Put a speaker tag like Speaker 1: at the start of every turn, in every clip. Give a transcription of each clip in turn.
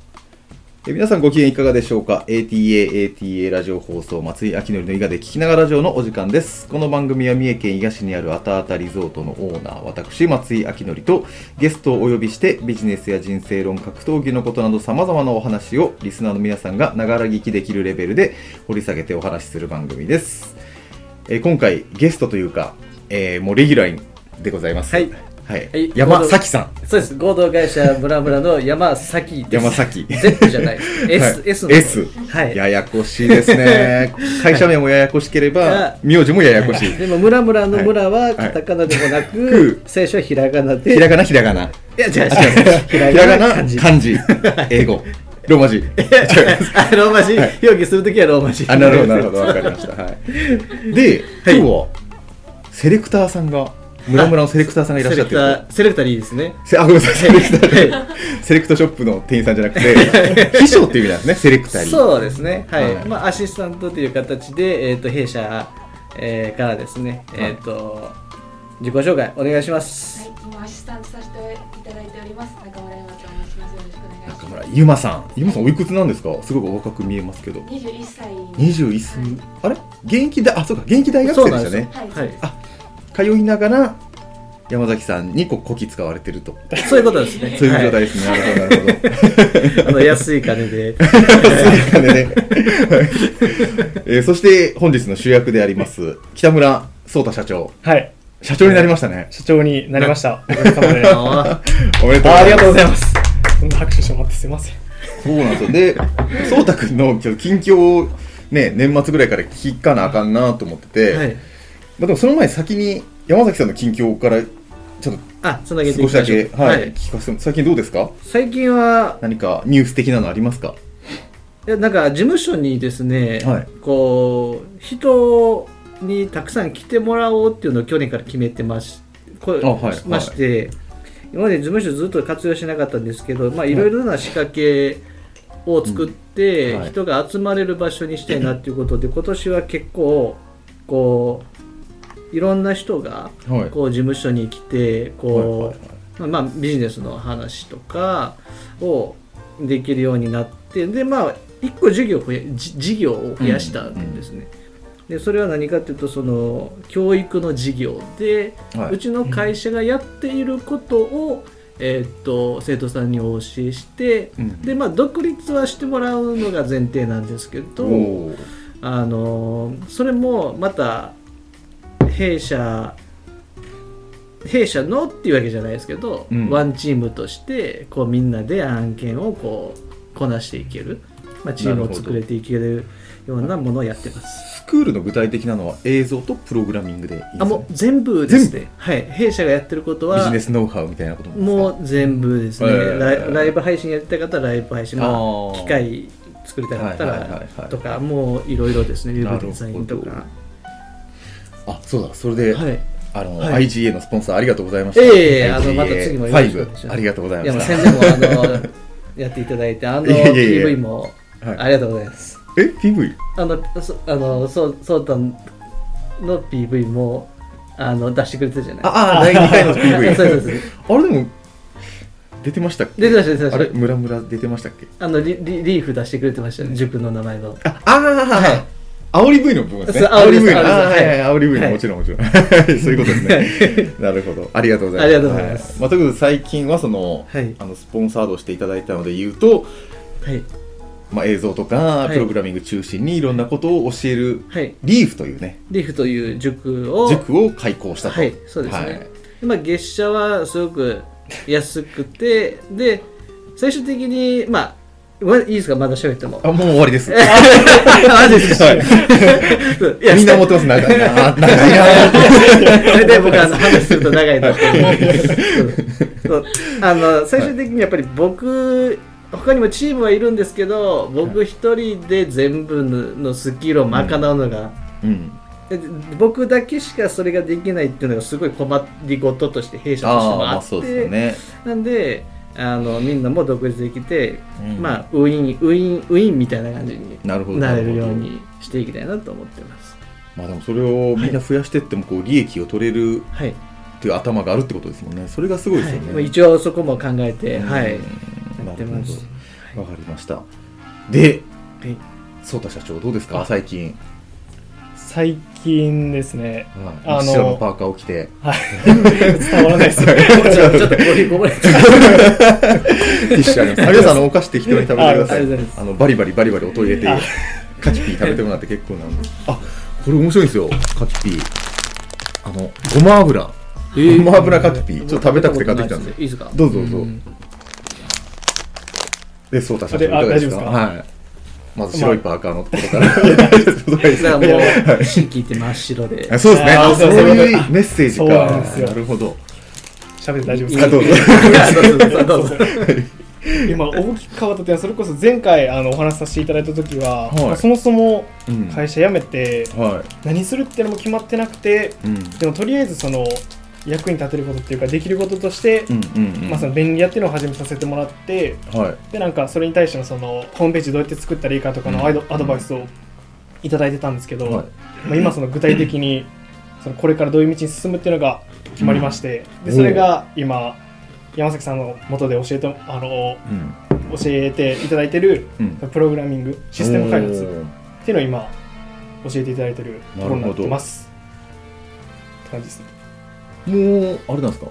Speaker 1: えー皆さんご機嫌いかがでしょうか ?ATA、ATA ラジオ放送、松井明典の伊賀で聞きながらラジオのお時間です。この番組は三重県伊賀市にあるあたあたリゾートのオーナー、私、松井明典と、ゲストをお呼びして、ビジネスや人生論、格闘技のことなど様々なお話を、リスナーの皆さんがながら聞きできるレベルで掘り下げてお話しする番組です。えー今回、ゲストというか、えーもうレギュラーでございます。
Speaker 2: はい。
Speaker 1: はい
Speaker 2: はい
Speaker 1: 山崎さん。
Speaker 2: そうです合同会社ブラブラの山崎です
Speaker 1: 山 崎。
Speaker 2: Z じゃないで
Speaker 1: はい
Speaker 2: す S, S の
Speaker 1: S
Speaker 2: はい
Speaker 1: ややこしいです ね。会社名もややこしければ
Speaker 2: は、
Speaker 1: 名字もややこしい。
Speaker 2: でも村村の村
Speaker 1: は
Speaker 2: はいカタカナでもなく、
Speaker 1: く
Speaker 2: 聖書はひらがなで
Speaker 1: ひらがな、ひらがな。
Speaker 2: いやじゃあ
Speaker 1: ひらがな、漢字、英語、ローマ字。
Speaker 2: あローマ字、
Speaker 1: はい
Speaker 2: 表記するときはローマ字
Speaker 1: あ、なるほど、なるほど、わかりました。はい。で、今日は、セレクターさんが、村村のセレクターさんがいらっしゃって
Speaker 2: セレ
Speaker 1: る
Speaker 2: クターセレクタリーですね
Speaker 1: せあ、ごめんなさい、セレクター
Speaker 2: は
Speaker 1: セレクトショップの店員さんじゃなくて、秘書っていう意味なんですね、セレクタリー。
Speaker 2: そうですねはい、
Speaker 1: はい
Speaker 2: まあアシスタントという形でえっ、と弊社、えーからですね
Speaker 1: はい
Speaker 2: えっ、と自己紹介お願いします
Speaker 3: はい、今アシスタントさせていただいております。中村山と申します。よろしくお願いします。
Speaker 1: 中村ゆまさん。ゆまさん、おいくつなんですかすごくお若く見えますけど。
Speaker 3: 二十一歳。
Speaker 1: 21歳、あれ現役だあそうか現役大学
Speaker 2: そう
Speaker 1: 生でし
Speaker 2: なん
Speaker 1: た
Speaker 2: です
Speaker 1: ね
Speaker 2: よ
Speaker 3: はい。
Speaker 2: はい。
Speaker 3: はい
Speaker 1: 通いながら山崎さんにこうこき使われてると
Speaker 2: そういうことですね
Speaker 1: そういう状態ですね、なるほどなるほど
Speaker 2: はいあの安い金で
Speaker 1: そういう感じでね、えーそして本日の主役であります北村颯太社長
Speaker 4: はい、
Speaker 1: 社長になりましたね
Speaker 4: 社長になりました。おかげさまで。あ
Speaker 2: あ
Speaker 1: おめでとうご
Speaker 4: ーあ
Speaker 1: ざ
Speaker 4: り
Speaker 1: い
Speaker 4: が
Speaker 1: ます
Speaker 4: とうございます。こんな拍手してもらってすいません。
Speaker 1: そうなんですよで颯太君のちょっと近況をね年末ぐらいから聞かなあかんなと思ってて、
Speaker 2: ーはい
Speaker 1: まあ、でもその前に先に山崎さんの近況からちょっと
Speaker 2: あつなげてい
Speaker 1: 少
Speaker 2: き
Speaker 1: しだ
Speaker 2: ましょ
Speaker 1: け、
Speaker 2: う
Speaker 1: はい、聞かせて最近どうですか
Speaker 2: 最近は
Speaker 1: 何かニュース的なのありますか
Speaker 2: いやなんか事務所にですね、
Speaker 1: はい
Speaker 2: こう人にたくさん来てもらおうっていうのを去年から決めてましこ
Speaker 1: あはい
Speaker 2: まして、今まで事務所ずっと活用しなかったんですけどまあいろいろな仕掛けを作って、
Speaker 1: うんはい
Speaker 2: 人が集まれる場所にしたいなっていうことで今年は結構こういろんな人が
Speaker 1: はい
Speaker 2: こう事務所に来てこう、
Speaker 1: はいはいはい
Speaker 2: まあ、まあビジネスの話とかをできるようになってでまあ一個授業を増やじ事業を増やしたんですね、でそれは何かというとその教育の事業で、
Speaker 1: はいう
Speaker 2: ちの会社がやっていることを、えーっと生徒さんにお教えして、
Speaker 1: うん
Speaker 2: でまあ独立はしてもらうのが前提なんですけど、
Speaker 1: おー
Speaker 2: あのーそれもまた弊社弊社のっていうわけじゃないですけど、
Speaker 1: うん
Speaker 2: ワンチームとしてこうみんなで案件をこうこなしていける、まあ、チーム
Speaker 1: なるほ
Speaker 2: を
Speaker 1: ど
Speaker 2: 作れていけるようなものをやってます。
Speaker 1: スクールの具体的なのは映像とプログラミングでいいですね
Speaker 2: あもう全部ですね、はい、弊社がやってること
Speaker 1: ビジ
Speaker 2: は
Speaker 1: ネスノウハウみたいなことなんですか
Speaker 2: もう全部ですね、
Speaker 1: えー
Speaker 2: ライライブ配信やりたかったらライブ配信、ま
Speaker 1: あ
Speaker 2: あ、
Speaker 1: ー
Speaker 2: 機械作りたかった
Speaker 1: はいはいはいは
Speaker 2: ら
Speaker 1: い
Speaker 2: とかもういろいろですねウェブデザインと
Speaker 1: なる
Speaker 2: か。
Speaker 1: あそうだそれで、
Speaker 2: はい
Speaker 1: あの
Speaker 2: はい
Speaker 1: IGA のスポンサーありがとうございました
Speaker 2: ええあのまた次もよろしくお願いします
Speaker 1: 5ありがとうござい
Speaker 2: いやも
Speaker 1: ま
Speaker 2: う
Speaker 1: した
Speaker 2: 宣伝もあ のやっていただいてあの
Speaker 1: いやいやいや
Speaker 2: PV も
Speaker 1: はい
Speaker 2: ありがとうございます。
Speaker 1: え PV
Speaker 2: あのそあのそうそうたんの PV もあの出してくれてたじゃない。
Speaker 1: ああ第2回の PV
Speaker 2: そう そうそうそう
Speaker 1: あれでも出てましたっけ
Speaker 2: 出てました出てました
Speaker 1: あれムラムラ出てましたっけ
Speaker 2: あのリリリーフ出してくれてましたね塾の名前の。
Speaker 1: ああはい煽り V の部分ですね。
Speaker 2: そう煽り V
Speaker 1: あ
Speaker 2: の
Speaker 1: ーは
Speaker 2: はい
Speaker 1: いはい、煽り V の
Speaker 2: はい
Speaker 1: もちろんもちろん。はいそういうことですね。なるほど。ありがとうございます。
Speaker 2: ありがとうございます
Speaker 1: はまあということで最近はその
Speaker 2: はい
Speaker 1: あのスポンサードをしていただいたので言うと、
Speaker 2: はい
Speaker 1: まあ映像とか
Speaker 2: はい
Speaker 1: プログラミング中心にいろんなことを教える
Speaker 2: はい
Speaker 1: リーフというね
Speaker 2: リーフという塾を
Speaker 1: 塾を開校したと。
Speaker 2: はいそうですね。
Speaker 1: はい
Speaker 2: まあ月謝はすごく安くてで最終的にまあわいいですかまだ喋っても。
Speaker 1: あもう終わり です。
Speaker 2: マジですか
Speaker 1: はい
Speaker 2: いや
Speaker 1: みんな持ってます長いな 長いな。
Speaker 2: それで僕あの話すると長いなって思う そうあの最終的にやっぱり僕他にもチームはいるんですけど僕一人で全部のスキルを賄うのが、
Speaker 1: うん。
Speaker 2: で僕だけしかそれができないっていうのがすごい困りごととして弊社とし
Speaker 1: あ
Speaker 2: て
Speaker 1: あ
Speaker 2: も
Speaker 1: ま
Speaker 2: あ
Speaker 1: あ
Speaker 2: って、
Speaker 1: そうですよね。
Speaker 2: なんであのみんなも独立できて、
Speaker 1: うん
Speaker 2: まあウィンウィンウィンみたいな感じに
Speaker 1: なるほど。
Speaker 2: なれる
Speaker 1: な
Speaker 2: よ
Speaker 1: ほ
Speaker 2: う
Speaker 1: ど
Speaker 2: にしていきたいなと思ってます。
Speaker 1: まあでもそれをみんな増やしていってもこう利益を取れる
Speaker 2: はい
Speaker 1: っていう頭があるってことですもんねそれがすごいですよね、
Speaker 2: はい、まあ一応そこも考えて、はい、
Speaker 1: うん
Speaker 2: やってます
Speaker 1: なるほどわかりましたで
Speaker 4: はい
Speaker 1: 颯太社長どうですか最近、
Speaker 4: 最近ですね、
Speaker 1: はい、
Speaker 4: あの
Speaker 1: 真っ白のパーカーを着て
Speaker 4: はい、伝わらないですね。
Speaker 2: ちょっとちょっとこれこぼれちゃった
Speaker 1: ティッシュあります。皆さんあのお菓子適当に食べてくださ
Speaker 2: あありがとう
Speaker 1: い
Speaker 2: ございま。す
Speaker 1: あのバリバリバリバリ音入れて
Speaker 4: あ
Speaker 1: カチピー食べてもらって結構なんで。あ、これ面白いんですよ。カチピー。あのごま油。 ごま油カキピー。ちょっと食べたくて買ってきたんで
Speaker 2: い。いですか
Speaker 1: どうぞどうぞ。
Speaker 4: うん
Speaker 1: で、そうた社長い
Speaker 4: であ
Speaker 1: かがですか。
Speaker 4: 大丈夫です
Speaker 1: はい。まず白いパーカーのところから。
Speaker 2: だからもう新規って真っ白で
Speaker 1: あそうですね。
Speaker 4: あ
Speaker 1: あ
Speaker 4: そ
Speaker 1: そうう
Speaker 4: そう
Speaker 1: いうメッセージか。
Speaker 4: そうなんですよ
Speaker 1: なるほど。
Speaker 4: 喋って大丈夫で
Speaker 1: い
Speaker 4: す
Speaker 1: や
Speaker 4: か
Speaker 1: どうぞ
Speaker 2: どうぞ
Speaker 4: 今大きく変わった点はそれこそ前回あのお話しさせていただいた時は、
Speaker 1: はい
Speaker 4: まあそもそも
Speaker 1: うん
Speaker 4: 会社辞めて
Speaker 1: は
Speaker 4: 何するってのも決まってなくて
Speaker 1: い。うん。
Speaker 4: でもとりあえずその役に立てることっていうかできることとして、
Speaker 1: うんうんうん。
Speaker 4: まあ、その便利屋っていうのを始めさせてもらって
Speaker 1: はい。
Speaker 4: でなんかそれに対してのそのホームページどうやって作ったらいいかとかのアイド
Speaker 1: うん
Speaker 4: アドバイスをいただいてたんですけど、
Speaker 1: はい
Speaker 4: まあ、今その具体 的にそのこれからどういう道に進むっていうのが決まりまして、でそれが今山崎さんの元で教えてあの
Speaker 1: うん
Speaker 4: 教えていただいてる
Speaker 1: うん。
Speaker 4: プログラミングシステム開発
Speaker 1: おー
Speaker 4: っていうのを今教えていただいてるところになってますって感じですね
Speaker 1: もうあれなんですか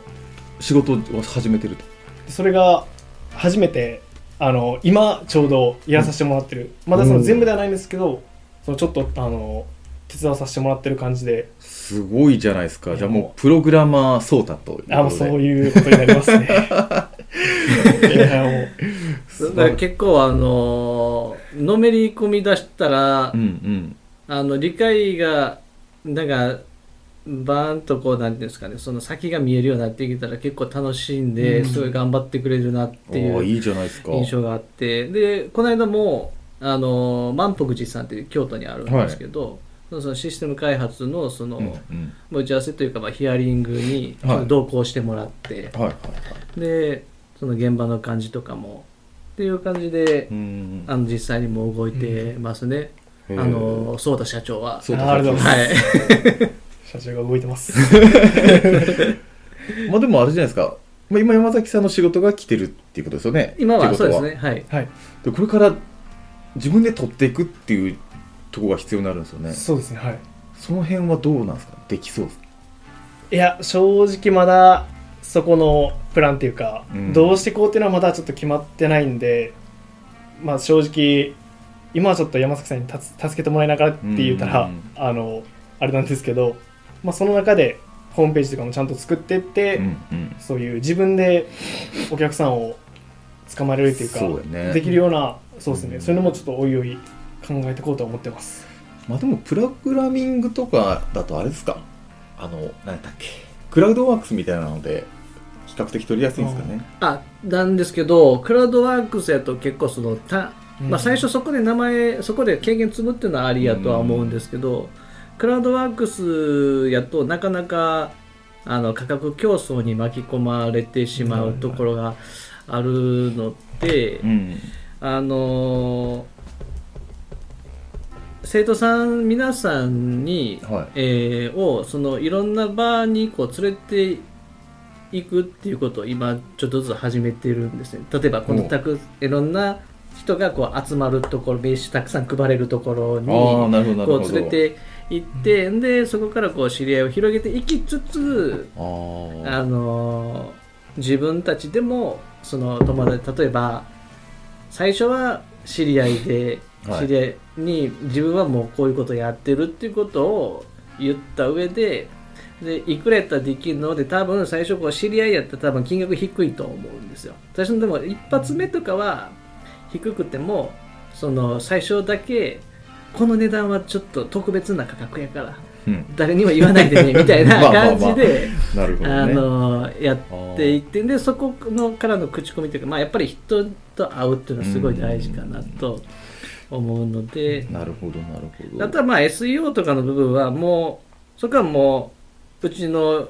Speaker 1: 仕事を始めてると
Speaker 4: でそれが初めてあの今ちょうどやらさせてもらってる、まだその全部ではないんですけどそのちょっとあの手伝わさせてもらってる感じです
Speaker 1: ごいじゃないですかじゃあもうプログラマーソータということで
Speaker 4: あもうそういうことになりますねいやもう
Speaker 2: だから結構あのーのめり込み出したら、
Speaker 1: うんうん
Speaker 2: あの理解がなんかバーンとこうなんていうんですかねその先が見えるようになってきたら結構楽しんで、
Speaker 4: うん
Speaker 2: すごい頑張ってくれるなって
Speaker 1: ああ
Speaker 2: いう
Speaker 1: いいじゃないですか
Speaker 2: 印象があってでこの間もあのー万福寺さんっていう京都にあるんですけど、そのそのシステム開発のその、
Speaker 1: うんうん
Speaker 2: まあ打ち合わせというか、まあ、ヒアリングに
Speaker 1: はい
Speaker 2: 同行してもらって、
Speaker 1: はいはいはい
Speaker 2: でその現場の感じとかもっていう感じで、
Speaker 1: うん
Speaker 2: あの実際にもう動いてますね、
Speaker 1: うん
Speaker 2: あのそうだ社長は
Speaker 1: そう
Speaker 4: あありがとうございま
Speaker 2: はい
Speaker 4: 社長が動いてます
Speaker 1: まあでもあれじゃないですかまあ今山崎さんの仕事が来てるっていうことですよね
Speaker 2: 今はそうです
Speaker 1: ってい
Speaker 2: ねはい
Speaker 4: はい
Speaker 1: ことはでこれから自分で取っていくっていうとこが必要になるんですよね
Speaker 4: そうですねはい
Speaker 1: その辺はどうなんですかできそうですか
Speaker 4: いや正直まだそこのプランっていうか、
Speaker 1: うん
Speaker 4: どうしてこうっていうのはまだちょっと決まってないんでまあ正直今はちょっと山崎さんにたつ助けてもらいながらって言ったら、
Speaker 1: うん
Speaker 4: あのあれなんですけど、まあ、その中でホームページとかもちゃんと作ってって、
Speaker 1: うんうん
Speaker 4: そういう自分でお客さんを捕まえられるというか
Speaker 1: そうだよね
Speaker 4: できるようなそうですね、
Speaker 1: うん
Speaker 4: そういうのもちょっとおいおい考えていこうとは思ってます
Speaker 1: まあでもプログラミングとかだとあれですかあの何だっけクラウドワークスみたいなので比較的取りやすいんですかね
Speaker 2: あなんですけどクラウドワークスやと結構そのた、まあ、最初そこで名前そこで経験積むっていうのはありやとは思うんですけど、クラウドワークスやとなかなかあの価格競争に巻き込まれてしまうところがあるので、
Speaker 1: うん
Speaker 2: あのー生徒さん皆さんに、
Speaker 1: はい
Speaker 2: えーをそのいろんな場にこう連れていくっていうことを今ちょっとずつ始めてるんですね例えばこの
Speaker 1: おう
Speaker 2: たくいろんな人がこう集まるところ名刺たくさん配れるところに
Speaker 1: ああなるほどなるほど
Speaker 2: こう連れて行ってでそこからこう知り合いを広げていきつつ
Speaker 1: あー
Speaker 2: あのー自分たちでもその友達例えば最初は知り合いで、
Speaker 1: はい
Speaker 2: 知り合いに自分はもうこういうことやってるっていうことを言った上ででいくらやったらできるので多分最初こう知り合いやったら多分金額低いと思うんですよ最初のでも一発目とかは低くてもその最初だけこの値段はちょっと特別な価格やから
Speaker 1: うん
Speaker 2: 誰にも言わないでねみたいな
Speaker 1: まあまあま
Speaker 2: 感
Speaker 1: あ
Speaker 2: じで
Speaker 1: なるほどね
Speaker 2: あのやっていってでそこのからの口コミというか、まあ、やっぱり人と会うっていうのはすごい大事かなと思うので
Speaker 1: なるほどなるほど
Speaker 2: あとはまあ SEO とかの部分はもうそこはもううちの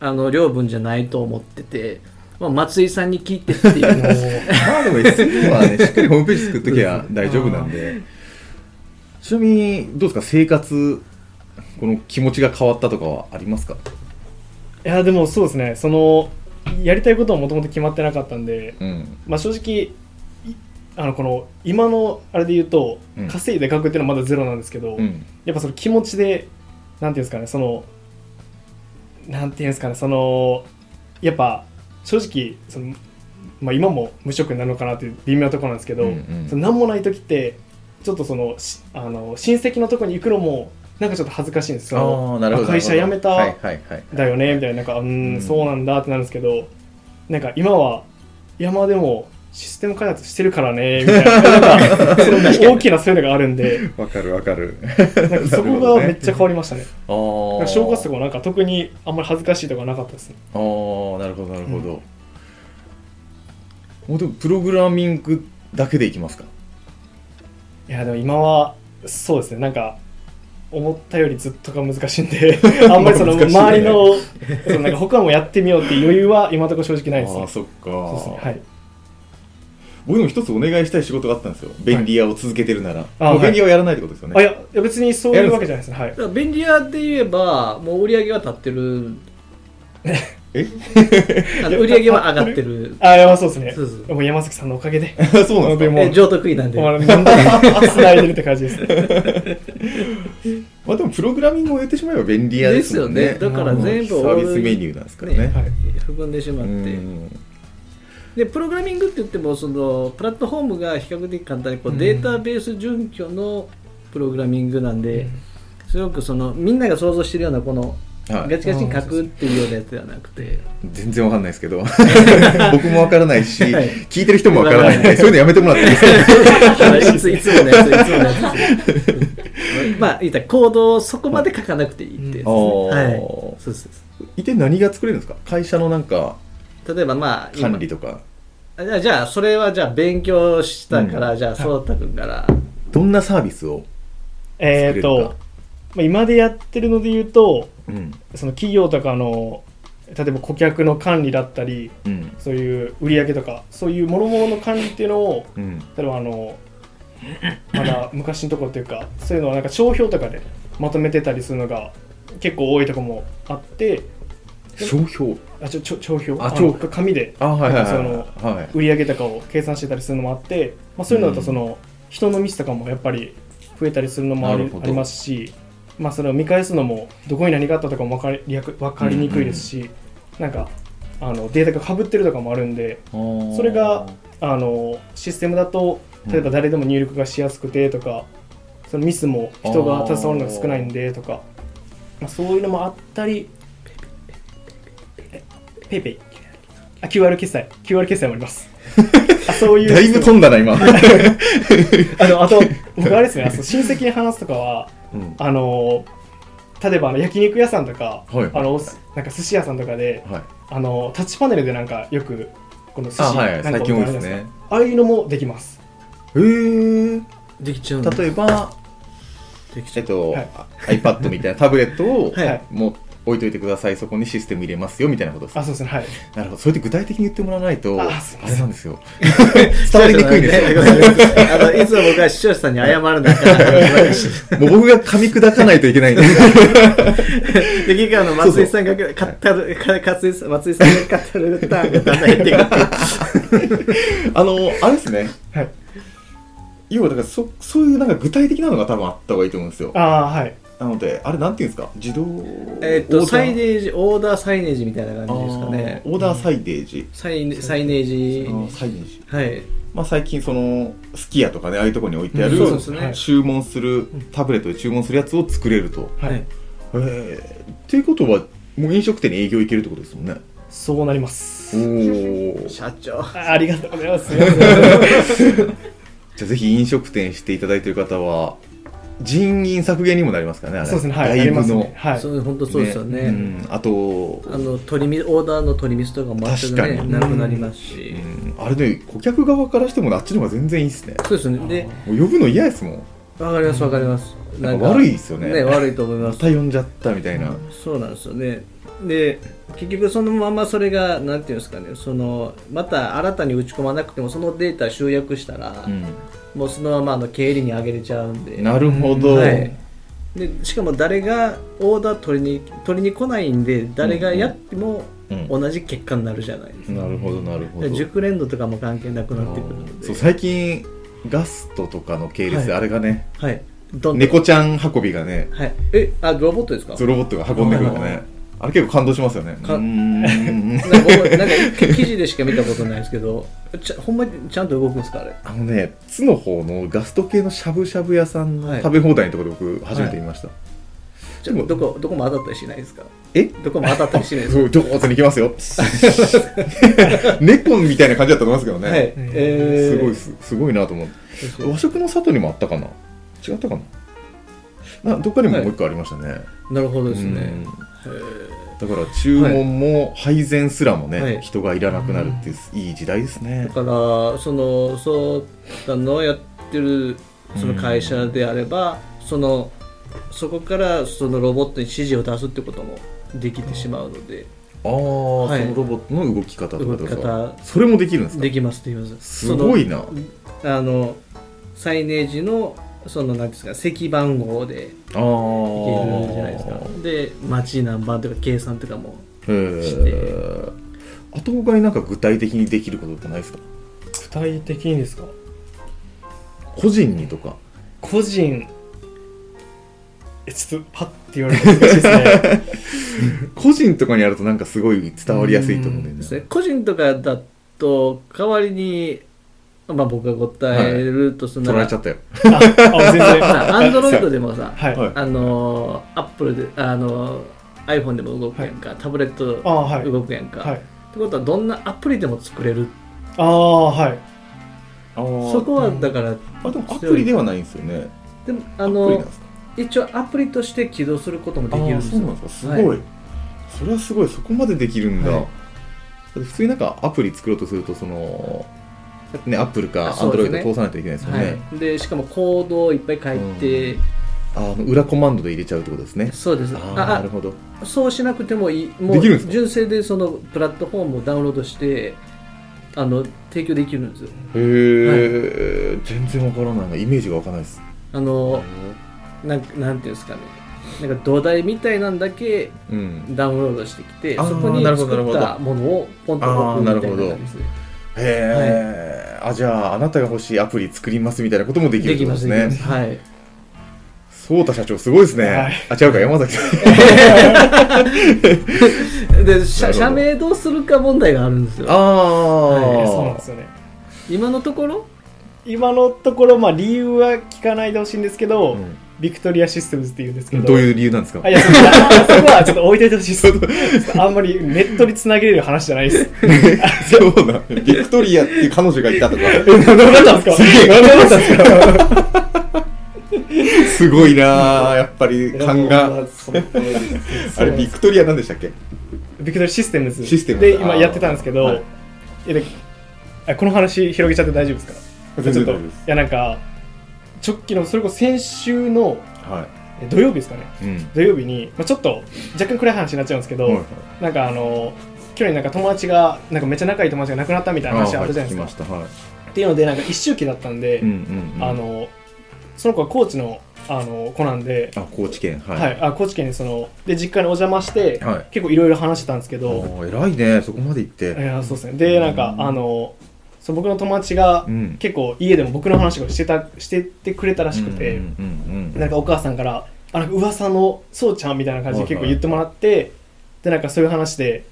Speaker 2: あの領分じゃないと思ってて、まあ、松井さんに聞いてってい う
Speaker 4: もう
Speaker 1: まあでも SEO は ねしっかりホームページ作っときゃ大丈夫なんでちなみにどうですか生活この気持ちが変わったとかはありますか
Speaker 4: いやでもそうですねそのやりたいことはもともと決まってなかったんで
Speaker 1: うん
Speaker 4: まあ、正直いあのこの今のあれで言うと、
Speaker 1: うん
Speaker 4: 稼いで書くっていうのはまだゼロなんですけど、
Speaker 1: うん
Speaker 4: やっぱその気持ちでなんていうんですかねそのなんていうんですかねそのやっぱ正直その、まあ、今も無職になるのかなっていう微妙なところなんですけど、
Speaker 1: うんうん
Speaker 4: その何もない時ってちょっとそのしあの親戚のとこに行くのもなんかちょっと恥ずかしいんですよ。
Speaker 1: ああなるほど
Speaker 4: 会社辞めた
Speaker 1: はいはいはい
Speaker 4: だよねみたいななんかう
Speaker 1: う
Speaker 4: ー
Speaker 1: ん
Speaker 4: んそうなんだってなるんですけどなんか今はいやまあでもシステム開発してるからねみたいななんかその大きなそういうのがあるんで
Speaker 1: わかるわかる
Speaker 4: なんかそこがめっちゃ変わりましたね
Speaker 1: あー
Speaker 4: 小学生もなんか特にあんまり恥ずかしいとかなかったですね
Speaker 1: ああなるほどなるほど、もうでもプログラミングだけでいきますか
Speaker 4: いやでも今はそうですねなんか思ったよりずっとが難しいん であんまりその
Speaker 1: 難しいね
Speaker 4: 周りのそのなんか他もやってみようっていう余裕は今のところ正直ないです
Speaker 1: あ
Speaker 4: ね
Speaker 1: あそっか
Speaker 4: そうですねはい
Speaker 1: 僕でも一つお願いしたい仕事があったんですよ便利屋を続けてるなら、
Speaker 4: あ
Speaker 1: もう
Speaker 4: はい
Speaker 1: 便利屋をやらないってことですよね、
Speaker 4: あいやいや別にそういうわけじゃないですねはい
Speaker 2: だから便利屋で言えばもう売り上げは立ってる
Speaker 1: え
Speaker 2: あの売り上げは上がってる
Speaker 4: あいやそうですね
Speaker 2: そうそう
Speaker 4: もう山崎さんのおかげで
Speaker 1: そうなんです
Speaker 4: で
Speaker 1: か
Speaker 4: も
Speaker 2: え上得意 なんで
Speaker 4: もうだんだん繋いでるって感じですね
Speaker 1: まあでもプログラミングを言ってしまえば便利屋で
Speaker 2: ですす
Speaker 1: も
Speaker 2: よ
Speaker 1: んね
Speaker 2: ねだから全部
Speaker 1: サービスメニューなんですからね
Speaker 4: はい
Speaker 2: 含んでしま
Speaker 1: う
Speaker 2: って
Speaker 1: ん
Speaker 2: でプログラミングって言ってもそのプラットフォームが比較的簡単にこ
Speaker 4: う
Speaker 2: うんデータベース準拠のプログラミングなんで、すごくそのみんなが想像してるようなこの
Speaker 1: は
Speaker 2: ガ
Speaker 1: い、
Speaker 2: チガチに書くっていうようなやつではなくて、
Speaker 1: 全然わかんないですけ ど僕もわからないし、
Speaker 2: はい
Speaker 1: 聞いてる人もわからないんでそういうのやめてもらっていい ですか
Speaker 2: い、ついつものやついつものや つまあ言ったらコードをそこまで書かなくていいってやつですね、はい
Speaker 1: おー
Speaker 2: そうですそうです
Speaker 1: 一体何が作れるんですか会社のなんか
Speaker 2: 例えばまあ今
Speaker 1: 管理とか
Speaker 2: あじゃあじゃあそれはじゃあ勉強したから、じゃあそうたくんから
Speaker 1: どんなサービスを作
Speaker 4: え
Speaker 1: れ
Speaker 4: ーっ
Speaker 1: るか、
Speaker 4: と、まあ、今でやってるので言うと
Speaker 1: うん
Speaker 4: その企業とかの例えば顧客の管理だったり
Speaker 1: うん
Speaker 4: そういう売り上げとかそういう諸々の管理っていうのを
Speaker 1: うん
Speaker 4: 例えばあのまだ昔のところというかそういうのはなんか商標とかでまとめてたりするのが結構多いとこもあって
Speaker 1: 商標
Speaker 4: あちょちょ帳票
Speaker 1: あ
Speaker 4: あの
Speaker 1: 帳
Speaker 4: 紙で
Speaker 1: あはいはいはい
Speaker 4: そ
Speaker 1: はい
Speaker 4: 売り上げとかを計算してたりするのもあって、まあ、そういうのだと
Speaker 1: うん
Speaker 4: その、人のミスとかもやっぱり増えたりするのもあ
Speaker 1: なる
Speaker 4: り
Speaker 1: ほど
Speaker 4: ありますし、まあ、それを見返すのもどこに何があったとかも分かり分かりにくいですし、なんかあのデータがかぶってるとかもあるんでそれがあのシステムだと例えば誰でも入力がしやすくてとか、そのミスも人が携わるのが少ないんでとか、まあ、そういうのもあったりペイペイあ QR 決済 QR 決済もあります あそういう
Speaker 1: だいぶ飛んだな 今
Speaker 4: あのあと僕あれですねあそう親戚に話すとかは
Speaker 1: うん
Speaker 4: あの例えばあの焼肉屋さんとか、
Speaker 1: はい
Speaker 4: あのおすなんか寿司屋さんとかで
Speaker 1: はい
Speaker 4: あのタッチパネルでなんかよくこの寿司
Speaker 1: あはい
Speaker 4: なんか
Speaker 1: 最近多いで
Speaker 4: あ
Speaker 1: す
Speaker 4: るじゃない
Speaker 1: ね
Speaker 4: かああいうのもできます
Speaker 1: へー
Speaker 2: できちゃうんだ
Speaker 1: 例えば
Speaker 2: できち
Speaker 1: え
Speaker 2: ゃ
Speaker 1: っ
Speaker 2: う
Speaker 1: と、
Speaker 4: はい
Speaker 1: iPad みたいなタブレットを
Speaker 2: はい
Speaker 4: はい
Speaker 1: もう置いといてくださいそこにシステム入れますよみたいなことです
Speaker 4: あそうですねはい
Speaker 1: なるほどそれで具体的に言ってもらわないと
Speaker 4: あすい
Speaker 1: あ
Speaker 4: ません
Speaker 1: れなんですよ伝わりにくいんですよ
Speaker 2: あのいつも僕は視聴者さんに謝るんだから
Speaker 1: もう僕が噛み砕かないといけないんで
Speaker 2: で結局あの松井さんが語るかかついさん松井さんが語るターンがだんだん減っていくっていう
Speaker 1: あのあれですね
Speaker 4: はい
Speaker 1: 要はだからそそういうなんか具体的なのが多分あった方がいいと思うんですよ
Speaker 4: ああはい
Speaker 1: なのであれなんていうんですか自動
Speaker 2: えっ
Speaker 1: オーダ
Speaker 2: と
Speaker 1: ー
Speaker 2: サイネージオーダーサイネージみたいな感じですかね
Speaker 1: あーオーダーサイデージ、
Speaker 2: サイネサイネージ
Speaker 1: あーサイデージ、
Speaker 2: はい
Speaker 1: まあ、最近そのすき家とかねああいうところに置いてある、
Speaker 2: うんそうですね
Speaker 4: はい
Speaker 1: 注文するタブレットで注文するやつを作れると、
Speaker 2: はい
Speaker 1: えー、っていうことはもう飲食店に営業行けるってことですもんね
Speaker 4: そうなります
Speaker 1: おおじゃ
Speaker 2: 社長
Speaker 4: あありがとうございますすいません
Speaker 1: あぜひ飲食店していただいている方は人員削減にもなりますからねあれ
Speaker 4: そうですねはい
Speaker 1: だ
Speaker 4: あ
Speaker 1: い
Speaker 4: り
Speaker 1: ぶ
Speaker 4: ます
Speaker 1: の、
Speaker 4: ねはい
Speaker 2: そう本当そうですよね
Speaker 1: うん、あと
Speaker 2: あの取りみオーダーの取りミスとかも全く
Speaker 1: 確
Speaker 2: ね
Speaker 1: かに
Speaker 2: なくなりますし、
Speaker 1: うんあれで顧客側からしてもあっちの方が全然いいですね
Speaker 2: そうですねで
Speaker 1: もう呼ぶの嫌ですもん
Speaker 2: わかりますわかります
Speaker 1: なんか悪いですよね
Speaker 2: ね悪いと思いま
Speaker 1: ますた呼んじゃったみたいな、
Speaker 2: そうなんですよねで結局そのままそれがなんていうんですかねそのまた新たに打ち込まなくてもそのデータ集約したら、もうそのままあの経理に上げれちゃうんで
Speaker 1: なるほど、
Speaker 2: はいでしかも誰がオーダー取りに取りに来ないんで誰がやっても、
Speaker 1: ううん
Speaker 2: 同じ結果になるじゃないですか
Speaker 1: なるほどなるほ
Speaker 2: だから
Speaker 1: ど
Speaker 2: 熟練度とかも関係なくなってくるので
Speaker 1: そう最近ガストとかの系列で
Speaker 2: は
Speaker 1: あれがね、
Speaker 2: はいどんどん
Speaker 1: 猫ちゃん運びがね
Speaker 2: はいえあロボットですか
Speaker 1: そうロボットが運んでくるのねあれ結構感動しますよねう
Speaker 2: か
Speaker 1: ーん
Speaker 2: なんか僕なんか記事でしか見たことないですけどちゃほんまにちゃんと動くんですかあれ
Speaker 1: あのね津の方のガスト系のしゃぶしゃぶ屋さん
Speaker 2: は
Speaker 1: の
Speaker 2: い
Speaker 1: 食べ放題のところで僕初めて見ました、
Speaker 2: ちょ
Speaker 1: でも
Speaker 2: どこどこも当たったりしないですか
Speaker 1: え
Speaker 2: どこも当たったりしないです
Speaker 1: そ
Speaker 2: か
Speaker 1: う上手に行きますよ猫みたいな感じだったと思いますけどね、
Speaker 2: はい、えー、
Speaker 1: すごいすすごいなと思って
Speaker 2: そう
Speaker 1: 和食の里にもあったかな違ったかななどっかにも
Speaker 2: はい
Speaker 1: もう一個ありましたね、
Speaker 2: なるほどですね、
Speaker 1: うん
Speaker 2: へー
Speaker 1: だから注文も配膳すらもね、
Speaker 2: はい
Speaker 1: 人がいらなくなるっていういい時代ですね
Speaker 2: だ、からそのそうたのやってるその会社であれば、そのそこからそのロボットに指示を出すってこともできてしまうので、
Speaker 1: ああ、
Speaker 2: はい
Speaker 1: そのロボットの動き方とか
Speaker 2: 動
Speaker 1: と
Speaker 2: き
Speaker 1: か
Speaker 2: 方
Speaker 1: それもできるんですか
Speaker 2: できますできます
Speaker 1: すごいな
Speaker 2: そのあのサイネージのそのなんていうんですか石番号で
Speaker 1: ああ
Speaker 2: いけるじゃないですかで町何番とか計算とかも
Speaker 1: へえ後他になんか具体的にできることってないですか
Speaker 4: 具体的にですか
Speaker 1: 個人にとか
Speaker 4: 個人えちょっとパッて言われるの難しいですね
Speaker 1: 個人とかにやるとなんかすごい伝わりやすいと思うんだよ
Speaker 2: ですね
Speaker 1: ね
Speaker 2: 個人とかだと代わりに、まあ、僕が答えるとする
Speaker 1: 取ら
Speaker 2: なら、
Speaker 1: れちゃったよ
Speaker 4: ああ全然
Speaker 2: アンドロイドでもさ、
Speaker 4: は い、
Speaker 1: はい
Speaker 2: あのアップルで、あの iPhone でも動くやんか、タブレット
Speaker 4: あはい
Speaker 2: 動くやんか、
Speaker 4: はい
Speaker 2: ってことはどんなアプリでも作れる。
Speaker 4: ああはい
Speaker 2: そこはだから、
Speaker 1: あでもアプリではないんですよね
Speaker 2: でもあ
Speaker 1: アプリなん
Speaker 2: の
Speaker 1: ですか
Speaker 2: 一応アプリとして起動することもできるんです
Speaker 1: あーそうなん
Speaker 2: よ。
Speaker 1: ですかすごい、
Speaker 2: は
Speaker 1: それはすごいそこまでできるんだ、
Speaker 2: はい
Speaker 1: だって普通になんかアプリ作ろうとするとそのねアップルか
Speaker 2: あ
Speaker 1: ア
Speaker 2: そ
Speaker 1: ンド
Speaker 2: う
Speaker 1: ロ
Speaker 2: で
Speaker 1: イ
Speaker 2: すね
Speaker 1: ド通さないといけないですよね、
Speaker 2: はい、でしかもコードをいっぱい書いて、
Speaker 1: あの裏コマンドで入れちゃうってことですね
Speaker 2: そうです
Speaker 1: あーな
Speaker 2: あ
Speaker 1: るほど
Speaker 2: あそうしなくてもいいも
Speaker 1: できるんですか
Speaker 2: 純正でそのプラットフォームをダウンロードしてあの提供できるんですよ
Speaker 1: へえ、全然わからないなイメージがわからないです
Speaker 2: あのなんなんていうんですかねなんか土台みたいなんだけ
Speaker 1: うん
Speaker 2: ダウンロードしてきて
Speaker 1: あー
Speaker 2: そこに
Speaker 1: なるほど
Speaker 2: 作
Speaker 1: な
Speaker 2: っ
Speaker 1: る
Speaker 2: たものをポンと置くみたいな感じですね
Speaker 1: へえ、あじゃああなたが欲しいアプリ作りますみたいなこともできるっ
Speaker 2: で
Speaker 1: て
Speaker 2: き
Speaker 1: こ
Speaker 2: ま
Speaker 1: とですす
Speaker 2: できま
Speaker 1: ね
Speaker 2: す
Speaker 1: そう
Speaker 2: はい
Speaker 1: 太社長すごいですね、
Speaker 4: はい
Speaker 1: あ違うか山崎さん
Speaker 2: で社
Speaker 1: なるほど
Speaker 2: 社名どうするか問題があるんです
Speaker 1: あ
Speaker 2: よ
Speaker 1: あ、
Speaker 4: えーそうなんですよね
Speaker 2: 今のところ
Speaker 4: 今のところまあ理由は聞かないでほしいんですけど、
Speaker 1: うん
Speaker 4: ビクトリアシステムズっていうんですけど
Speaker 1: どういう理由なんですか
Speaker 4: あいやそこはそこはちょっと置いといてほしいですちょっとあんまりネットにつなげれる話じゃな いです
Speaker 1: そうなのビクトリアっていう彼女がいたとか
Speaker 4: 何だったんです
Speaker 1: す
Speaker 4: か
Speaker 1: げえ
Speaker 4: 何だったんですか
Speaker 1: すごいなあやっぱり 勘があれビクトリアなんでしたっけ
Speaker 4: ビクトリアシステムズ
Speaker 1: システムズ
Speaker 4: で今やってたんですけど、
Speaker 1: あーはい
Speaker 4: えであこの話広げちゃって大丈夫ですか
Speaker 1: 全然
Speaker 4: ちょっ
Speaker 1: 大丈
Speaker 4: とい
Speaker 1: 夫です
Speaker 4: やなんか直近のそれこそ先週の
Speaker 1: は
Speaker 4: え土曜日ですかね
Speaker 1: いうん
Speaker 4: 土曜日に、まあ、ちょっと若干暗い話になっちゃうんですけど、
Speaker 1: はいはい
Speaker 4: なんかあの去年なんか友達がなんかめっちゃ仲いい友達が亡くなったみたいな話あったじゃないですか、
Speaker 1: あーはい聞きましたはい
Speaker 4: っていうのでなんか一周期だったんで、
Speaker 1: うんうん
Speaker 4: あのその子は高知のあの子なんで、
Speaker 1: あ高知県は
Speaker 4: はい
Speaker 1: い
Speaker 4: あ高知県にそので実家にお邪魔して、
Speaker 1: はい
Speaker 4: 結構いろいろ話してたんですけ
Speaker 1: あ
Speaker 4: ど、
Speaker 1: ー偉いねそこまで行っ
Speaker 4: い
Speaker 1: て
Speaker 4: やそうですねでなんか、
Speaker 1: うん
Speaker 4: あのその僕の友達が
Speaker 1: うん
Speaker 4: 結構家でも僕の話をしてたしてってくれたらしくて、
Speaker 1: うんうんうん
Speaker 4: なんかお母さんから「あなんか噂のそうちゃん」みたいな感じで結構言ってもらって、でなんかそういう話で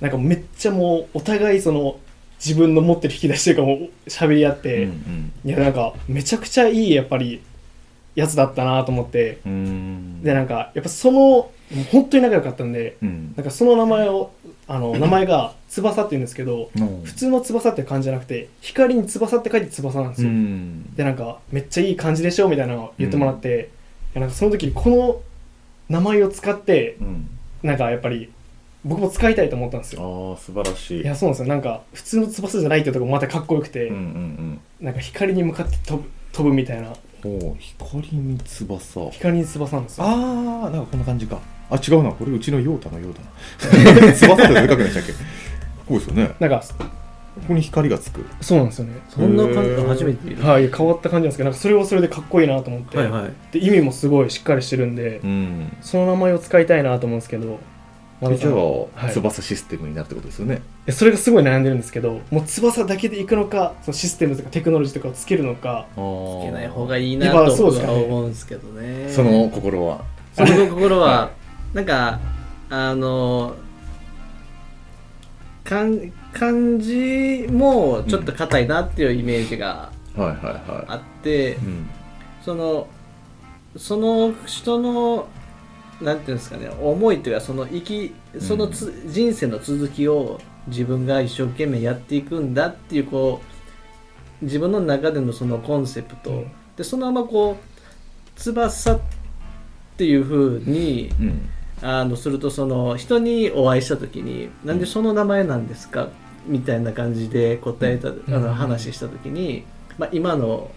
Speaker 4: なんかめっちゃもうお互いその自分の持ってる引き出しというかもう喋り合っ
Speaker 1: うん
Speaker 4: て、いやなんかめちゃくちゃいいやっぱりやつだったなと思って
Speaker 1: うんうん
Speaker 4: でなんかやっぱそのもう本当に仲良かったんで
Speaker 1: うん
Speaker 4: なんかその名前をあの名前が翼って言うんですけど
Speaker 1: うん
Speaker 4: 普通の翼って感じじゃなくて光に翼って書いて翼なんですよ、
Speaker 1: うん
Speaker 4: でなんかめっちゃいい感じでしょみたいなのを言ってもらって、いやなんかその時にこの名前を使って
Speaker 1: うん
Speaker 4: なんかやっぱり僕も使いたいと思ったんです
Speaker 1: あ
Speaker 4: よ
Speaker 1: ー素晴らしい
Speaker 4: いやそうなんですよなんか普通の翼じゃないってとこもまたかっこよくて、
Speaker 1: うんうん
Speaker 4: なんか光に向かって飛ぶ飛ぶみたいな
Speaker 1: うんほう光に翼
Speaker 4: 光に翼なんですよ
Speaker 1: ああなんかこんな感じかあ違うなこれうちのヨータのヨータ な翼ってでかくないでしたっけこうですよね
Speaker 4: なんか
Speaker 1: ここに光がつく
Speaker 4: そうなんですよね
Speaker 2: そんな感じ初めて見るは
Speaker 4: はい変わった感じなんですけどなんかそれはそれでかっこいいなと思って、
Speaker 2: いはい
Speaker 4: で意味もすごいしっかりしてるんで、
Speaker 1: うん
Speaker 4: その名前を使いたいなと思うんですけどまる
Speaker 1: じ
Speaker 4: さ
Speaker 1: ゃ
Speaker 4: ん
Speaker 1: あ、
Speaker 4: い
Speaker 1: 翼システムになるってことですよね。
Speaker 4: えそれがすごい悩んでるんですけどもう翼だけでいくのかそのシステムとかテクノロジーとかをつけるのか
Speaker 1: つ
Speaker 2: つけない方が
Speaker 1: い
Speaker 2: いいな
Speaker 4: 今
Speaker 2: と
Speaker 4: そう
Speaker 2: 僕
Speaker 4: ですか
Speaker 2: は
Speaker 4: ね
Speaker 2: 思うんですけどね
Speaker 1: その心は。
Speaker 2: その心はなんかあのかん漢字もちょっと硬いなっていうイメージが
Speaker 1: はいはいは
Speaker 2: あって、
Speaker 1: い。うん。
Speaker 2: そのその人のなんていうんですかね思いというかその生きそのつ、人生の続きを自分が一生懸命やっていくんだっていうこう自分の中でのそのコンセプト、
Speaker 4: うん
Speaker 2: でそのままこう翼っていう風に
Speaker 1: うん。
Speaker 2: あのするとその人にお会いした時に「なんでその名前なんですか?」みたいな感じで答えた、
Speaker 4: ん
Speaker 2: あ
Speaker 4: うん
Speaker 2: の話した時に、まあ、今の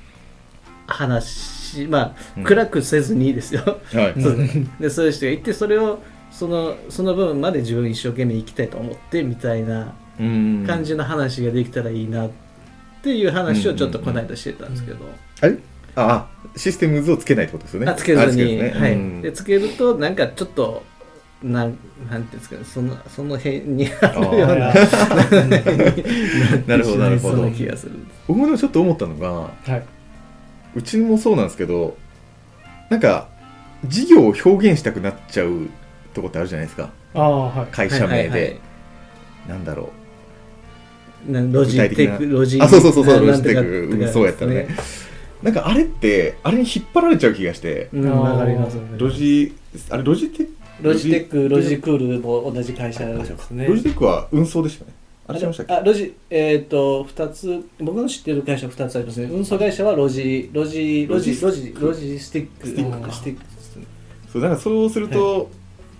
Speaker 2: 話、ま
Speaker 1: う
Speaker 2: あ、
Speaker 1: ん
Speaker 2: 暗くせずにいいですよ、
Speaker 1: はい。
Speaker 4: うん
Speaker 2: そうでそういう人がいてそれをそのその部分まで自分一生懸命生きたいと思ってみたいな
Speaker 1: うん
Speaker 2: 感じの話ができたらいいなっていう話をちょっとこの間してたんですけど。
Speaker 1: あれああ、システムズをつけないってことですよね。
Speaker 2: あつけずに、
Speaker 1: あつけずね
Speaker 2: はい、
Speaker 1: うん
Speaker 2: でつけるとなんかちょっとなんなんていうんですかねそのその辺にあ
Speaker 1: あー
Speaker 2: るような
Speaker 1: なるほどなるほ
Speaker 2: そ
Speaker 1: ど
Speaker 2: んな気がする
Speaker 1: 僕もでもちょっと思ったのが、
Speaker 4: はい、
Speaker 1: うちもそうなんですけど、なんか、事業を表現したくなっちゃうとこってあるじゃないですか。
Speaker 4: ああはい
Speaker 1: 会社名
Speaker 2: はいはいは
Speaker 1: で。なんだろう。
Speaker 2: いなロジテ
Speaker 1: 具体
Speaker 2: ッ
Speaker 1: 的
Speaker 2: クロジ
Speaker 1: あそうそうそうそう
Speaker 2: な
Speaker 1: ロジテック
Speaker 2: なんとかとか
Speaker 1: うんそうやったらねなんかあれってあれに引っ張られちゃう気がして
Speaker 2: うんわかります
Speaker 4: あー
Speaker 1: ロジあれロジテック
Speaker 5: ロジテック、ロ
Speaker 1: ロジ
Speaker 5: ジクールも同じ会社ですね。
Speaker 1: ロジテックは運送でしたねあれ違いましたっけ
Speaker 5: あロジえっ、と2つ僕の知ってる会社2つありますね運送会社はロジロジロジ
Speaker 1: ロ
Speaker 5: ロ
Speaker 1: ジ
Speaker 5: ジ
Speaker 1: スティック
Speaker 5: ロジスティック
Speaker 1: スティックか
Speaker 5: スティックですね
Speaker 1: そうなんかそうすると、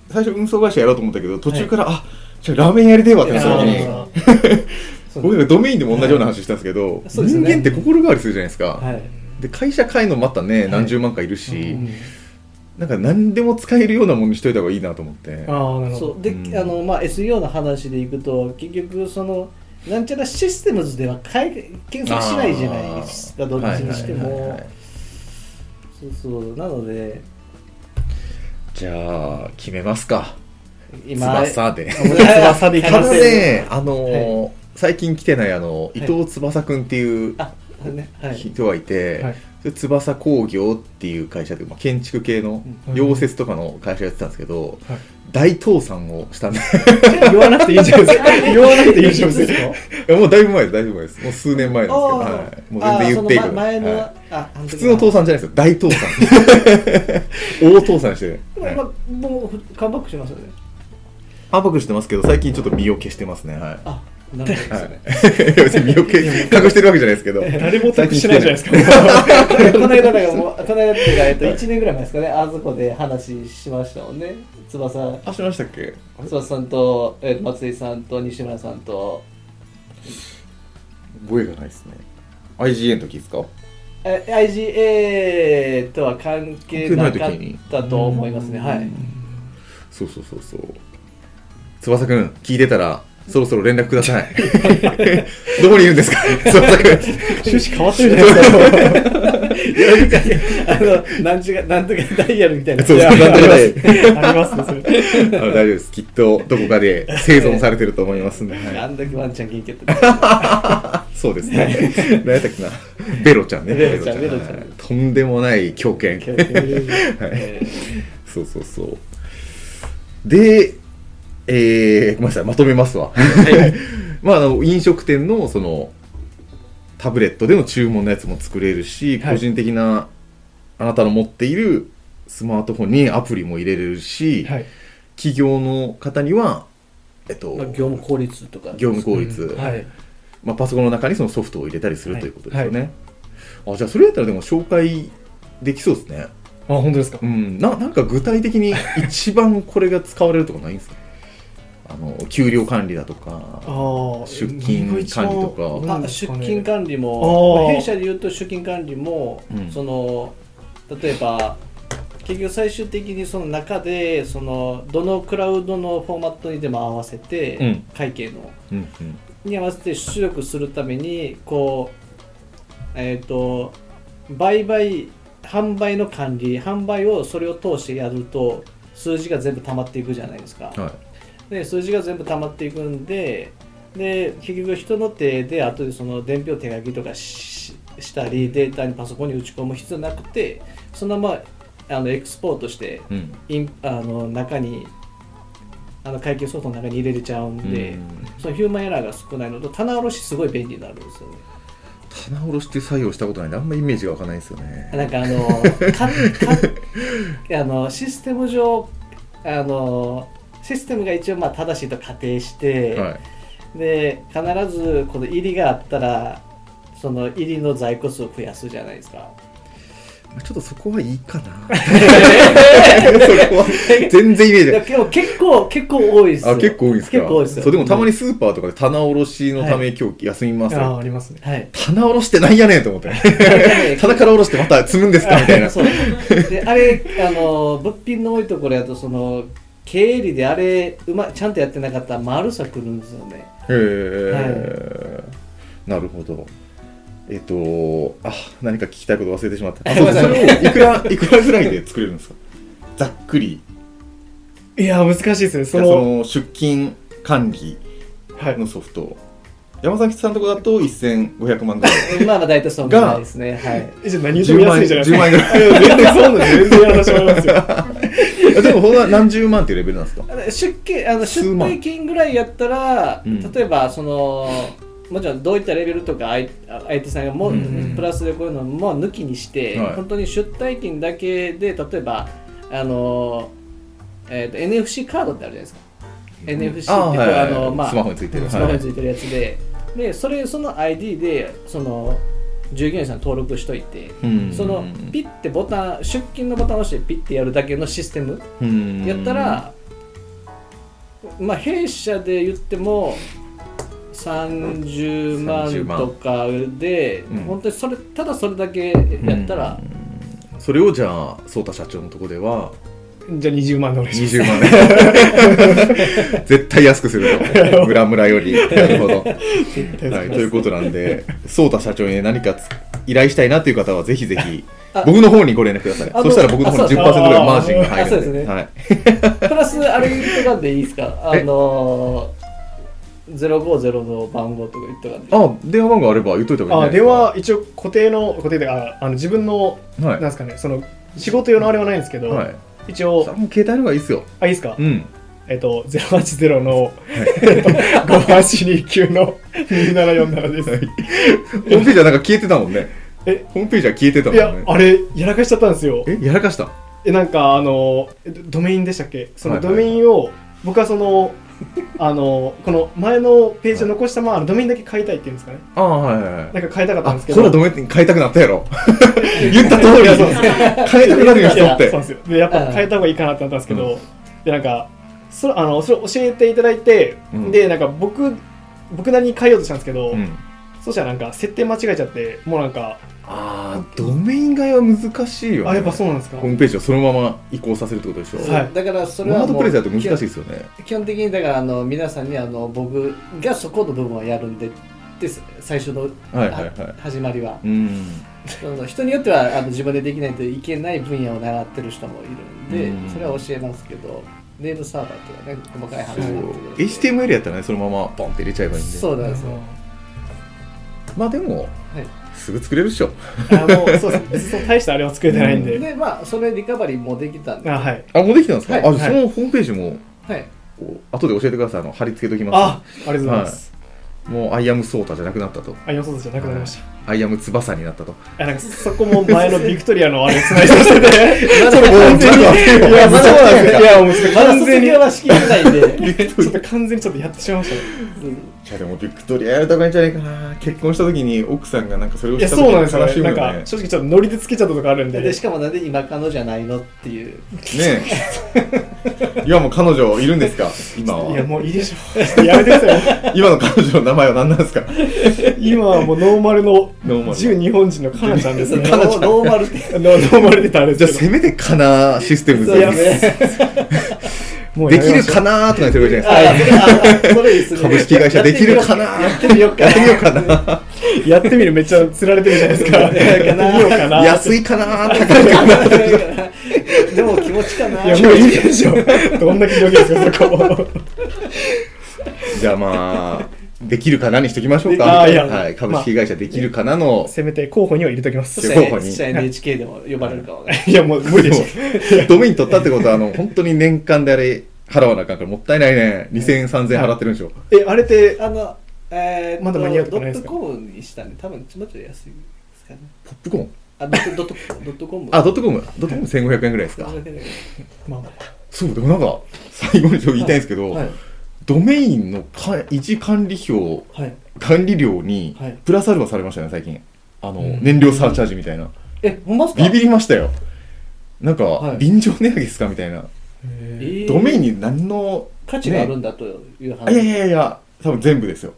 Speaker 1: 最初運送会社やろうと思ったけど途中から、あじゃあラーメンやりてえわってなった時
Speaker 4: いや
Speaker 1: に
Speaker 4: ー
Speaker 1: 僕なんかドメインでも同じような話したんですけど、
Speaker 5: そうです
Speaker 1: 人
Speaker 5: ね
Speaker 1: 間って心変わりするじゃないですか、
Speaker 5: はい
Speaker 1: で会社買えるのまたね何十万かいるし、
Speaker 4: うん
Speaker 1: なんか何でも使えるようなものにしといた方がいいなと思って
Speaker 4: ああなるほ
Speaker 5: そ
Speaker 4: ど
Speaker 5: うで、
Speaker 1: うん
Speaker 5: あのまあ SEO の話でいくと結局そのなんちゃらシステムズではかい検索しないじゃないですかどっちにして
Speaker 1: はいはいはい
Speaker 5: も
Speaker 1: はい
Speaker 5: そうそうなので
Speaker 1: じゃあ決めますか
Speaker 5: 今
Speaker 1: 翼で
Speaker 4: 翼でいき
Speaker 1: た
Speaker 4: ま
Speaker 1: だ
Speaker 4: す
Speaker 1: ね、あのー最近来てないあの伊藤翼くんっていう
Speaker 5: あねはい
Speaker 1: 人がいて、
Speaker 4: はい
Speaker 1: で翼工業っていう会社で、まあ、建築系の
Speaker 4: うん
Speaker 1: 溶接とかの会社やってたんですけど、
Speaker 4: はい
Speaker 1: 大倒産をしたんで
Speaker 4: 言わなくていいじゃないですか言わなくていいじゃないですか
Speaker 1: もうだいぶ前ですだいぶ前ですもう数年前 なん
Speaker 5: あー
Speaker 1: ですけど、はい、もう全然言っていい
Speaker 5: あそ
Speaker 1: か
Speaker 5: の前前の、
Speaker 1: はい
Speaker 5: ああの時
Speaker 1: 普通の倒産じゃないですよ大倒産 大倒産してる、
Speaker 5: ま
Speaker 1: は
Speaker 5: あ
Speaker 1: い
Speaker 5: まあ、もうカムバックしますよね。
Speaker 1: 淡白してますけど最近ちょっと身を消してますねはい
Speaker 5: あ、なるほどですね。
Speaker 1: 別に身を 消隠してるわけじゃないですけど
Speaker 4: 誰も得しないじゃないですか
Speaker 5: この間だからもう、この間っていうか、えっと、1年ぐらい前ですかね、あそこで話しましたもんね。翼、
Speaker 1: あしましたっけ
Speaker 5: 翼さんと、えっと、松井さんと西村さんと、
Speaker 1: 覚えがないですね IGN の時ですか
Speaker 5: え IGA とは関係なかったと思いますね。はい。
Speaker 1: そうそうそうそう翼くん聞いてたらそろそろ連絡くだ さいどこにいるんですか 翼くん
Speaker 4: 趣旨変わってるじゃないですか
Speaker 5: あの、 なんちゅうか、なんとかダイヤルみたいな。
Speaker 1: そうそうなんとかで
Speaker 4: ありますねそれ
Speaker 1: あの大丈夫ですきっとどこかで生存されてると思いますんで、はい
Speaker 5: あんだけワンちゃん元気や ったら。
Speaker 1: そうですね何やったっけなベロちゃんね
Speaker 5: ベロちゃんベロちゃん
Speaker 1: はいとんでもない狂犬 はい
Speaker 5: えー
Speaker 1: そうそうそうでえー、ごめんなさいまとめますわ まあ、あの飲食店のそのタブレットでの注文のやつも作れるし、
Speaker 4: はい
Speaker 1: 個人的なあなたの持っているスマートフォンにアプリも入れれるし、
Speaker 4: はい
Speaker 1: 企業の方には、えっと、
Speaker 2: まあ業務効率とか
Speaker 1: 業務効率、
Speaker 4: はい
Speaker 1: まあ、パソコンの中にそのソフトを入れたりする
Speaker 4: はい
Speaker 1: ということですよね、あじゃあそれやったらでも紹介できそうですね
Speaker 4: あ本当ですか
Speaker 1: うんななんか具体的 に一番これが使われるとかないんですかあの給料管理だとか
Speaker 4: ああ
Speaker 1: 出勤管理とか
Speaker 4: 何が
Speaker 5: あ
Speaker 4: 一番
Speaker 5: 出勤管理
Speaker 4: あ
Speaker 5: も
Speaker 4: ー
Speaker 5: 弊社でいうと出勤管理も、
Speaker 1: うん
Speaker 5: その例えば結局最終的にその中でそのどのクラウドのフォーマットにでも合わせて、
Speaker 1: うん
Speaker 5: 会計の
Speaker 1: うんうん
Speaker 5: に合わせて出力するためにこうえっ、と売買販売の管理販売をそれを通してやると数字が全部溜まっていくじゃないですか、
Speaker 1: はい
Speaker 2: で数字が全部溜まっていくんでで結局人の手で後でその伝票手書きとかししたりデータにパソコンに打ち込む必要なくてそのままあのエクスポートして
Speaker 1: うん
Speaker 2: インあの中にあの会計ソフトの中に入れれちゃうんで、
Speaker 1: うん
Speaker 2: そのヒューマンエラーが少ないのと棚卸しすごい便利になるんですよね。
Speaker 1: 棚卸しって作業したことないんであんまイメージがわかんないんですよね
Speaker 2: なんかあの かかあのシステム上あのシステムが一応まあ正しいと仮定して、
Speaker 1: はい
Speaker 2: で必ずこの入りがあったらその入りの在庫数を増やすじゃないですか。
Speaker 1: まあちょっとそこはいい かなそこは全然イメージ
Speaker 2: い
Speaker 1: が
Speaker 2: やでも結構結構多いですよ。
Speaker 1: あ結構多いんですか
Speaker 2: 結構多いですよ
Speaker 1: そうでもたまにスーパーとかで棚卸しのため今日休みますよ、
Speaker 4: ああありますね
Speaker 2: はい。
Speaker 1: 棚卸してないやねんと思って 棚から卸してまた積むんですかみたいな
Speaker 2: そうであれあの物品の多いところやとその経理であれうまちゃんとやってなかったら丸さくるんですよね
Speaker 1: へえ、なるほどえっとあ何か聞きたいこと忘れてしまったあそうですそれをいくらいくらぐらいで作れるんですかざっくり
Speaker 4: いや難しいですねそ
Speaker 1: そ
Speaker 4: の
Speaker 1: の出勤管理
Speaker 4: はい
Speaker 1: のソフト山崎さんのとこだと1500万ぐらい
Speaker 2: まあまあ大体そのぐらいですねはい
Speaker 4: えじゃあ何言っても安いじゃないです
Speaker 1: 10万円ぐらい
Speaker 4: か いや全然そうなんです全然私は思いますよ
Speaker 1: あでもほんま何十万っていうレベルなんですか
Speaker 2: あの出勤あの
Speaker 1: 数
Speaker 2: 出
Speaker 1: 万
Speaker 2: 退金ぐらいやったら、
Speaker 1: うん
Speaker 2: 例えばそのもちろんどういったレベルとかあいあ相手さんがもう、
Speaker 1: うんうん
Speaker 2: プラスでこういうのも抜きにして、
Speaker 1: はい
Speaker 2: 本当に出退金だけで例えばあの、えーと NFC カードってあるじゃないですか NFC って
Speaker 1: あーはいはいはい
Speaker 2: あのまあ
Speaker 1: スマホについてる
Speaker 2: スマホに
Speaker 1: は
Speaker 2: ついてるやつで、でそれその ID でその従業員さん登録しといて、
Speaker 1: いうん
Speaker 2: そのピッてボタン出勤のボタンを押してピッてやるだけのシステム
Speaker 1: うん
Speaker 2: やったら、まあ弊社で言っても30
Speaker 1: 30
Speaker 2: 万
Speaker 1: 万
Speaker 2: とかで、
Speaker 1: うん
Speaker 2: 本当にそれただそれだけやったら、
Speaker 1: それをじゃあ颯太社長のとこでは
Speaker 4: じゃあ20万でお願いします
Speaker 1: 20万 円絶対安くする とムラムラよりなるほど、はい、ということなん で颯太社長に何かつ依頼したいなという方はぜひぜ ひ
Speaker 2: あ
Speaker 1: 僕の方にご連絡ください
Speaker 2: あの
Speaker 1: そしたら僕の方に10%ぐらいマージンが入
Speaker 2: あそう
Speaker 1: る
Speaker 2: で
Speaker 1: んで
Speaker 2: すね
Speaker 1: はい、
Speaker 2: プラスあれ言っとかんでいいですか あ
Speaker 1: え
Speaker 2: の050の番号とか言っとかんで
Speaker 1: あ電話番号あれば言っといた方がい
Speaker 4: あ
Speaker 1: いんじゃ
Speaker 4: 電
Speaker 1: ない
Speaker 4: 話一応固定の固定でああの自分の
Speaker 1: ですか
Speaker 4: なんですかねその仕事用のあれはないんですけど、
Speaker 1: はい、はい、
Speaker 4: 一
Speaker 1: それ
Speaker 4: 応
Speaker 1: はもう携帯の方がいいですよ
Speaker 4: あいいですか、
Speaker 1: うん
Speaker 4: えっと080の5829の2747で
Speaker 1: ホ
Speaker 4: す、
Speaker 1: ームページはなんか消えてたもんね
Speaker 4: え
Speaker 1: ホームページは消えてた
Speaker 4: いや
Speaker 1: もんね
Speaker 4: あれやらかしちゃったんですよ
Speaker 1: えやらかした
Speaker 4: えなんかあのえドドメインでしたっけそ
Speaker 1: は
Speaker 4: の
Speaker 1: いは
Speaker 4: ド
Speaker 1: い
Speaker 4: メインを、僕はそのあのこの前のページを残したまま、あのドメインだけ変えたいっていうんですかね
Speaker 1: あはいはいはい
Speaker 4: なんか変えたかった
Speaker 1: あ
Speaker 4: んです
Speaker 1: そ
Speaker 4: け
Speaker 1: れ
Speaker 4: ど
Speaker 1: はどうやって変えたくなったや ろ言った通り
Speaker 4: い
Speaker 1: 変え
Speaker 4: やそうです
Speaker 1: たくなるよ人っ
Speaker 4: そう
Speaker 1: て
Speaker 4: なんですよでやっぱ変えた方がいいかなってなったんですけど、でなんかそれあのそれ教えていただいて、
Speaker 1: うん
Speaker 4: でなんか僕僕なりに変えようとしたんですけど、
Speaker 1: うん
Speaker 4: そしたらなんか設定間違えちゃってもうなんか
Speaker 1: あードメイン買いは難しいよね
Speaker 4: あやっぱそうなんですか
Speaker 1: ホームページをそのまま移行させるってことでしょ
Speaker 2: す、
Speaker 4: はい
Speaker 2: だからそれ
Speaker 1: ワ
Speaker 2: は
Speaker 1: ード
Speaker 2: も
Speaker 1: プ
Speaker 2: う
Speaker 1: レスだと難しいですよね
Speaker 2: 基本的にだからあの皆さんにあの僕がそこの部分をやるんでです最初の、
Speaker 1: はいはいはい
Speaker 2: 始まりは
Speaker 1: うん
Speaker 2: その人によってはあの自分でできないといけない分野を習ってる人もいるんで、
Speaker 1: うん
Speaker 2: それは教えますけどネームサーバーとかね細かい話
Speaker 1: そう
Speaker 2: になってくるんで
Speaker 1: HTML やったらねそのままポンって入れちゃえばいいんで
Speaker 2: そうなんですよ、
Speaker 1: まあでも
Speaker 2: はい
Speaker 1: すぐ作れるっしょ
Speaker 4: あもうそうです別にその大したあれは作れてないんで、
Speaker 2: でまあそれリカバリーもできたんで、
Speaker 4: あはい
Speaker 1: あもうできたんですか
Speaker 2: はい
Speaker 1: あじゃあそ
Speaker 4: は
Speaker 1: のホームページも
Speaker 2: はい、
Speaker 1: こう後で教えてくださいあの貼り付けときま
Speaker 4: あありがとうございます、
Speaker 1: すもうアイアムソータじゃなくなったと
Speaker 4: あ今そうじゃなくなりました、
Speaker 1: アイアム翼になったと
Speaker 4: あなんかそこも前のビクトリアのあれ繋いでましたね
Speaker 1: それもう
Speaker 4: 完全に いやそうなんですよいやもうちょっと
Speaker 2: まだ
Speaker 4: 完
Speaker 2: 卒
Speaker 4: 全に
Speaker 2: 業はしきれな いんで
Speaker 4: ちょっと完全にちょっとやってしまいましたね
Speaker 1: いやでもビクトリアやるとかいいんじゃないかな結婚した時に奥さんがなんかそれを
Speaker 4: い
Speaker 1: し
Speaker 4: や
Speaker 1: た
Speaker 4: そうなんですよ、
Speaker 1: 時に
Speaker 4: なん
Speaker 1: 悲
Speaker 4: か正直ちょっとノリでつけちゃったとかあるんで
Speaker 2: でしかもなんで今可能じゃないのっていう
Speaker 1: しいよね ねえ今もう彼女いるんですか今
Speaker 4: いや
Speaker 1: は
Speaker 4: もういいでしょちょっと やめてください
Speaker 1: 今の彼女の名前は何なんですか
Speaker 4: 今はもうノーマルの
Speaker 1: ノーマル
Speaker 4: 純日本人のカナちゃんです
Speaker 2: ノ
Speaker 4: ね
Speaker 2: ーノ ーマルって
Speaker 4: ノノーマルでたあれ
Speaker 1: じ
Speaker 4: で
Speaker 1: ゃあ
Speaker 4: すけ
Speaker 1: せ
Speaker 4: ど
Speaker 1: めてかなシステムズ
Speaker 2: そう
Speaker 1: で
Speaker 2: ですね
Speaker 4: もう
Speaker 1: で
Speaker 4: やめ
Speaker 1: き
Speaker 4: ま
Speaker 1: る
Speaker 4: しょう
Speaker 1: かなーとか言ってるわけじゃないですか
Speaker 2: はい、あそれいいっすね
Speaker 1: 株式会社できるかな
Speaker 2: やってみようか
Speaker 1: やってみようかな
Speaker 4: やってみるめっちゃ釣られてるじゃないですか
Speaker 2: やってみようかな
Speaker 4: やってみよう
Speaker 1: 安いか
Speaker 4: かな
Speaker 1: なーとか
Speaker 2: でも気持
Speaker 5: 持ちかな。
Speaker 4: いや、もういいでしょ。どんだけ条件ですか、そ こ。
Speaker 1: じゃあまあ、できるかなにしときましょう
Speaker 4: あ
Speaker 1: か。
Speaker 4: ーいや
Speaker 1: はい、株式会社できるかなの、
Speaker 4: せめて候補には入れときます
Speaker 5: そ。
Speaker 1: い
Speaker 5: し
Speaker 1: や
Speaker 5: た
Speaker 1: 候補
Speaker 5: ら
Speaker 1: に
Speaker 5: そしたら NHK でも呼ばれるかわからない。
Speaker 4: いや、もう無理でしょ。
Speaker 1: ドメイン取ったってことは、あの、本当に年間であれ、払わなあかんから、もったいないね。2000、3000払ってるんでしょ。
Speaker 4: え、あれって、
Speaker 5: あの、えーっと、
Speaker 4: まだ間に合うと
Speaker 5: ド
Speaker 4: かない
Speaker 5: ッ
Speaker 4: です
Speaker 5: ト
Speaker 4: か
Speaker 5: コムにしたんで、多分ちょっと安いですかね。
Speaker 1: ポップコーン
Speaker 5: あ、ドットドットドットコム。
Speaker 1: あ、ドットコム、ドットコム1500円ぐらいですか
Speaker 5: そ。れだけで
Speaker 4: まあま
Speaker 1: そう、でもなんか、最後にちょっと言いたいんですけど、
Speaker 5: はい。
Speaker 1: ドメインのか維持管理表、
Speaker 5: はい。
Speaker 1: 管理料に
Speaker 5: はい、
Speaker 1: プラスアルファされましたね、最近。あの、
Speaker 4: うん
Speaker 1: 燃料サーチャージみたいな。
Speaker 5: え、ほんまっすか
Speaker 1: ビビりましたよ。なんか、
Speaker 5: はい
Speaker 1: 便乗値上げですかみたいな。
Speaker 5: え
Speaker 4: あ。
Speaker 5: ー
Speaker 1: ドメインに何の、
Speaker 5: 価値があるんだという
Speaker 1: あいやい
Speaker 5: 話。
Speaker 1: やいやいや、多分全部ですよ。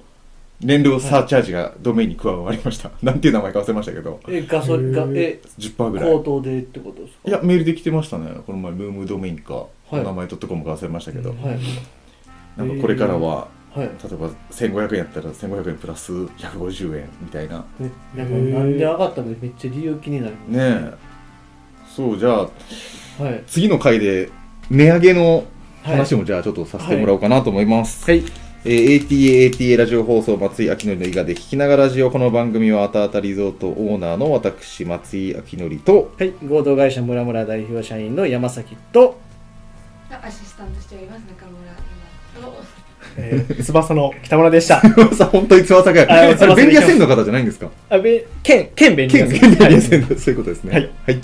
Speaker 1: 燃料サーチャージがドメインに加わりました。 なんていう名前か忘れましたけど、
Speaker 5: え、ガソリンが、え、
Speaker 1: 10%ぐらい
Speaker 5: 口。頭でってことですか
Speaker 1: いや、メールで来てましたね。この前、ムームドメインか、
Speaker 5: い
Speaker 1: お名前 .com か忘れましたけど、
Speaker 5: はい。
Speaker 1: なんかこれからは、
Speaker 5: はい。
Speaker 1: 例えば1500円やったら1500円プラス150円みたいな。
Speaker 5: ね、なんかなんで上がったのめっちゃ理由気になる。
Speaker 1: ねえ。そう、じゃあ、
Speaker 5: はい。
Speaker 1: 次の回で、値上げの話
Speaker 5: を。
Speaker 1: もじゃあちょっとさせてもらおうかなと思います。
Speaker 2: はい
Speaker 1: えー ATA、ATA ラジオ放送、松井明典の伊賀で聞きながらラジオ、この番組はあたあたリゾートオーナーの私、松井明典と、
Speaker 2: はい、合同会社ムラムラ代表社員の山崎と
Speaker 3: アシスタントしております中村今と
Speaker 4: えー翼の北村でした。
Speaker 1: さ本当に翼が、
Speaker 4: あ
Speaker 1: あれ、
Speaker 4: 翼
Speaker 1: 便利屋線の方じゃないんですか
Speaker 4: あべ、県、県便利
Speaker 1: 県
Speaker 4: です
Speaker 1: 県便利屋線の、そういうことですね。
Speaker 4: はい。
Speaker 1: はい。